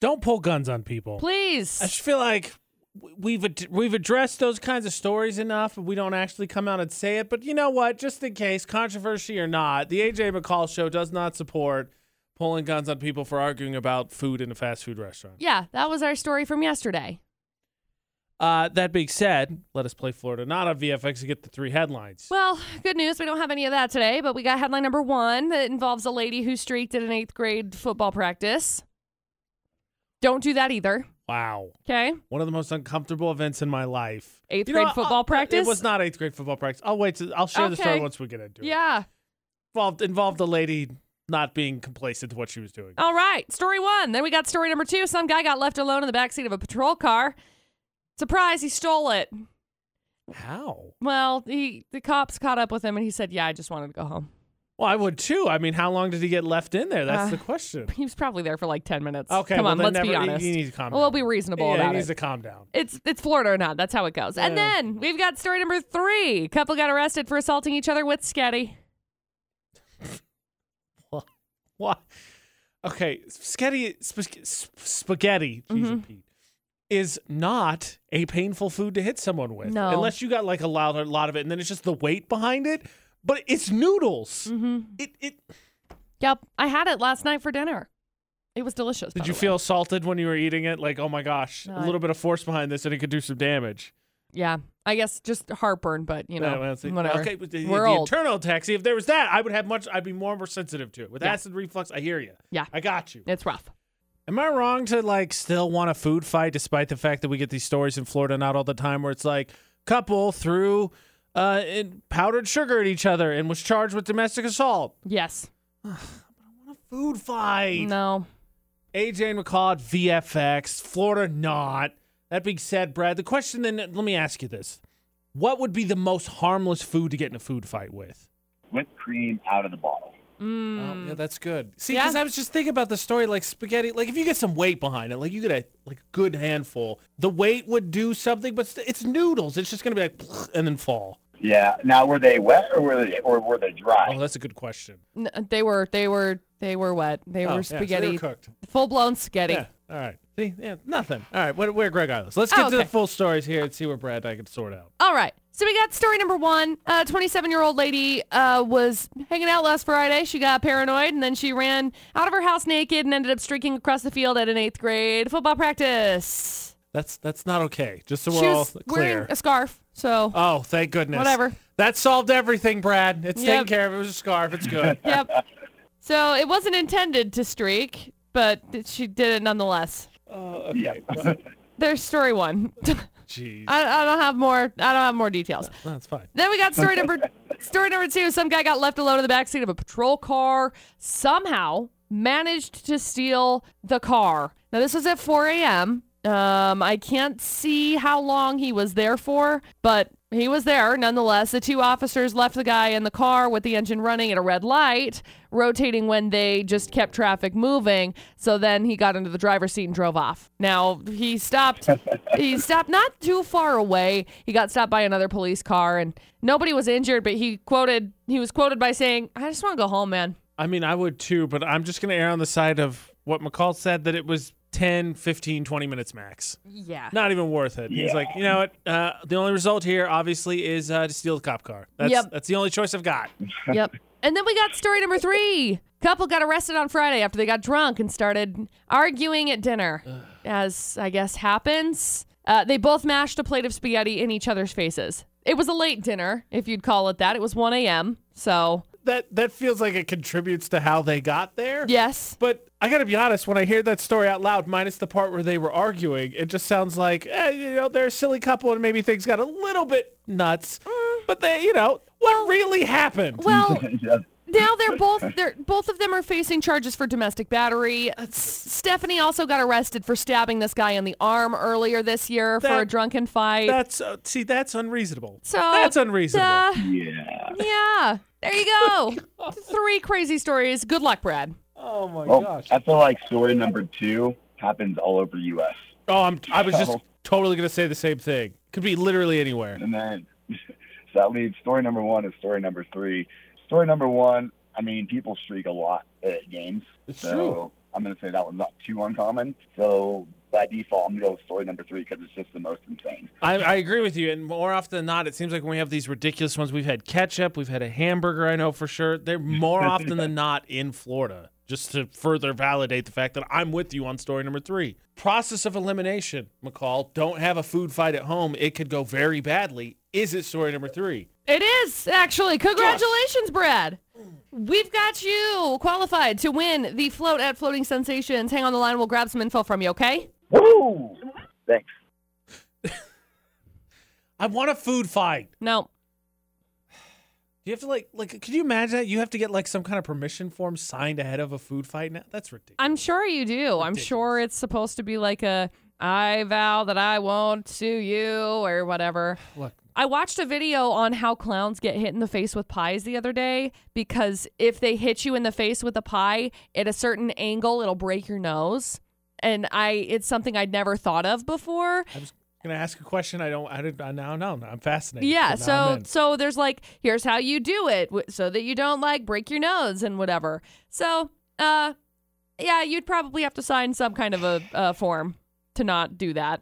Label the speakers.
Speaker 1: Don't pull guns on people. I
Speaker 2: Please.
Speaker 1: just feel like w- we've ad- we've addressed those kinds of stories enough, and we don't actually come out and say it. But you know what? Just in case, controversy or not, the AJ McCall show does not support pulling guns on people for arguing about food in a fast food restaurant.
Speaker 2: Yeah, that was our story from yesterday.
Speaker 1: Uh, that being said, let us play Florida not on VFX to get the three headlines.
Speaker 2: Well, good news. We don't have any of that today, but we got headline number one that involves a lady who streaked at an eighth grade football practice. Don't do that either.
Speaker 1: wow,
Speaker 2: Okay.
Speaker 1: one of the most uncomfortable events in my life.
Speaker 2: Eighth
Speaker 1: You know,
Speaker 2: grade
Speaker 1: I'll-
Speaker 2: football
Speaker 1: I'll- It
Speaker 2: practice?
Speaker 1: was not eighth grade football practice. I'll wait. To, I'll share the story
Speaker 2: Okay.
Speaker 1: once we get into it.
Speaker 2: Yeah.
Speaker 1: Involved involved a lady not being complacent to what she was doing.
Speaker 2: All right. Story one. Then we got story number two. Some guy got left alone in the backseat of a patrol car. Surprise, he stole it.
Speaker 1: How?
Speaker 2: Well, he the cops caught up with him and he said, Yeah, I just wanted to go home.
Speaker 1: Well, I would too. I mean, how long did he get left in there? That's the
Speaker 2: Uh,
Speaker 1: question.
Speaker 2: He was probably there for like ten minutes.
Speaker 1: Okay,
Speaker 2: Come
Speaker 1: well,
Speaker 2: on,
Speaker 1: then
Speaker 2: let's be
Speaker 1: never- you-
Speaker 2: honest.
Speaker 1: You need to calm
Speaker 2: We'll
Speaker 1: down.
Speaker 2: be reasonable
Speaker 1: yeah,
Speaker 2: about
Speaker 1: he
Speaker 2: it.
Speaker 1: needs to calm down.
Speaker 2: It's it's Florida or not. That's how it goes. And
Speaker 1: Yeah.
Speaker 2: then we've got story number three. Couple got arrested for assaulting each other with sketty.
Speaker 1: What? Okay, spaghetti, sp- sp- spaghetti, Jesus,
Speaker 2: Mm-hmm.
Speaker 1: Pete, is not a painful food to hit someone with,
Speaker 2: No.
Speaker 1: unless you got like a lot, a lot of it, and then it's just the weight behind it. But it's noodles.
Speaker 2: Mm-hmm.
Speaker 1: It, it.
Speaker 2: Yep, I had it last night for dinner. It was delicious. by
Speaker 1: Did you
Speaker 2: the way.
Speaker 1: feel assaulted when you were eating it? Like, oh my gosh,
Speaker 2: No,
Speaker 1: a
Speaker 2: I-
Speaker 1: little bit of force behind this, and it could do some damage.
Speaker 2: Yeah, I guess just heartburn, but you know,
Speaker 1: Yeah, well, see,
Speaker 2: whatever.
Speaker 1: Okay, but the,
Speaker 2: We're
Speaker 1: the
Speaker 2: old.
Speaker 1: internal attack. See, if there was that, I would have much. I'd be more and more sensitive to it. With
Speaker 2: Yeah.
Speaker 1: acid reflux, I hear you.
Speaker 2: Yeah.
Speaker 1: I got you.
Speaker 2: it's rough.
Speaker 1: Am I wrong to like still want a food fight, despite the fact that we get these stories in Florida not all the time, where it's like couple threw uh, in powdered sugar at each other and was charged with domestic assault.
Speaker 2: Yes.
Speaker 1: Food fight.
Speaker 2: No.
Speaker 1: AJ and McCall at VFX, Florida not. That being said, Brad, the question then, let me ask you this. What would be the most harmless food to get in a food fight with?
Speaker 3: Whipped cream out of the bottle.
Speaker 1: Oh, yeah, that's good. See,
Speaker 2: Yeah.
Speaker 1: because I was just thinking about the story, like spaghetti. Like if you get some weight behind it, like you get a like a good handful, the weight would do something. But st- it's noodles. It's just gonna be like and then fall.
Speaker 3: Yeah. Now were they wet or were they or were they
Speaker 1: Oh,
Speaker 3: dry?
Speaker 1: that's a good question.
Speaker 2: N- they were they were they were wet. They
Speaker 1: Oh, yeah,
Speaker 2: were
Speaker 1: so
Speaker 2: spaghetti.
Speaker 1: they were cooked.
Speaker 2: Full blown spaghetti.
Speaker 1: Yeah. All right. See, yeah, nothing. All right. Where, where Greg Islands? Let's get
Speaker 2: Oh,
Speaker 1: to the
Speaker 2: okay.
Speaker 1: full stories here and see where Brad and I can sort out.
Speaker 2: All right. So we got story number one. A 27 year old lady uh, was hanging out last Friday. She got paranoid and then she ran out of her house naked and ended up streaking across the field at an eighth grade football practice.
Speaker 1: That's that's not okay. Just so
Speaker 2: she
Speaker 1: we're all
Speaker 2: was wearing
Speaker 1: clear.
Speaker 2: a scarf. So,
Speaker 1: Oh, thank goodness.
Speaker 2: Whatever.
Speaker 1: That solved everything, Brad. It's taken
Speaker 2: Yep.
Speaker 1: care of. It was a scarf. It's good.
Speaker 2: yep. So it wasn't intended to streak, but she did it nonetheless.
Speaker 1: Oh,
Speaker 3: Yeah.
Speaker 2: There's story one.
Speaker 1: Jeez.
Speaker 2: I, I don't have more. I don't have more details.
Speaker 1: That's fine.
Speaker 2: Then we got story number story number two. Some guy got left alone in the backseat of a patrol car. Somehow managed to steal the car. Now this was at 4 a.m. Um, I can't see how long he was there for, but he was there nonetheless. The two officers left the guy in the car with the engine running at a red light, rotating when they just kept traffic moving. So then he got into the driver's seat and drove off. Now he stopped. he stopped not too far away. He got stopped by another police car, and nobody was injured. But he quoted. He was quoted by saying, "I just want to go home, man."
Speaker 1: I mean, I would too, but I'm just going to err on the side of what McCall said that it was 10, 15, 20 minutes max.
Speaker 2: Yeah.
Speaker 1: Not even worth it. He's
Speaker 3: Yeah.
Speaker 1: like, you know what? Uh, the only result here, obviously, is uh, to steal the cop car. That's,
Speaker 2: Yep.
Speaker 1: that's the only choice I've got.
Speaker 2: yep. And then we got story number three. Couple got arrested on Friday after they got drunk and started arguing at dinner, as I guess happens. Uh, they both mashed a plate of spaghetti in each other's faces. It was a late dinner, if you'd call it that. It was 1 a.m. So,
Speaker 1: That that feels like it contributes to how they got there.
Speaker 2: yes.
Speaker 1: But I got to be honest, when I hear that story out loud, minus the part where they were arguing, it just sounds like, eh, you know, they're a silly couple and maybe things got a little bit nuts. But they, you know, what really happened?
Speaker 2: Well,
Speaker 3: Yeah.
Speaker 2: now they're both they're both of them are facing charges for domestic battery. S- Stephanie also got arrested for stabbing this guy in the arm earlier this year for
Speaker 1: That-
Speaker 2: a drunken fight.
Speaker 1: That's uh, see, that's unreasonable.
Speaker 2: so
Speaker 1: that's unreasonable.
Speaker 2: uh,
Speaker 1: Oh
Speaker 3: yeah.
Speaker 2: Yeah. There you go. Three crazy stories. Good luck, Brad.
Speaker 1: oh my
Speaker 3: Well,
Speaker 1: gosh.
Speaker 3: I feel like story number two happens all over the U.S.
Speaker 1: Oh, I'm, I was just
Speaker 3: Oh.
Speaker 1: totally gonna say the same thing. Could be literally anywhere.
Speaker 3: And then so that leaves story number one and story number three. Story number one, I mean, people streak a lot at games.
Speaker 1: It's
Speaker 3: so I'm going to say that one's not too uncommon. So by default, I'm going to go with story number three because it's just the most insane.
Speaker 1: I, I agree with you. And more often than not, it seems like when we have these ridiculous ones, we've had ketchup, we've had a hamburger, I know for sure. They're more often than not in Florida, just to further validate the fact that I'm with you on story number three. Process of elimination, McCall. Don't have a food fight at home. It could go very badly. Is it story number three?
Speaker 2: It is actually. Congratulations, Brad. We've got you qualified to win the float at Floating Sensations. Hang on the line. We'll grab some info from you, okay?
Speaker 3: Woo! Thanks.
Speaker 1: I want a food fight.
Speaker 2: No.
Speaker 1: You have to like like could you imagine that? You have to get like some kind of permission form signed ahead of a food fight now? That's ridiculous.
Speaker 2: I'm sure you do. I'm sure it's supposed to be like a I vow that I won't sue you or whatever.
Speaker 1: Look,
Speaker 2: I watched a video on how clowns get hit in the face with pies the other day because if they hit you in the face with a pie at a certain angle, it'll break your nose. And I it's something I'd never thought of before.
Speaker 1: I was gonna ask a question. I don't. I didn't. I now know. I'm fascinated.
Speaker 2: Yeah,
Speaker 1: but now I'm
Speaker 2: so
Speaker 1: in.
Speaker 2: so there's like here's how you do it w- so that you don't like break your nose and whatever. So, uh yeah, you'd probably have to sign some kind of a, a form to not do that.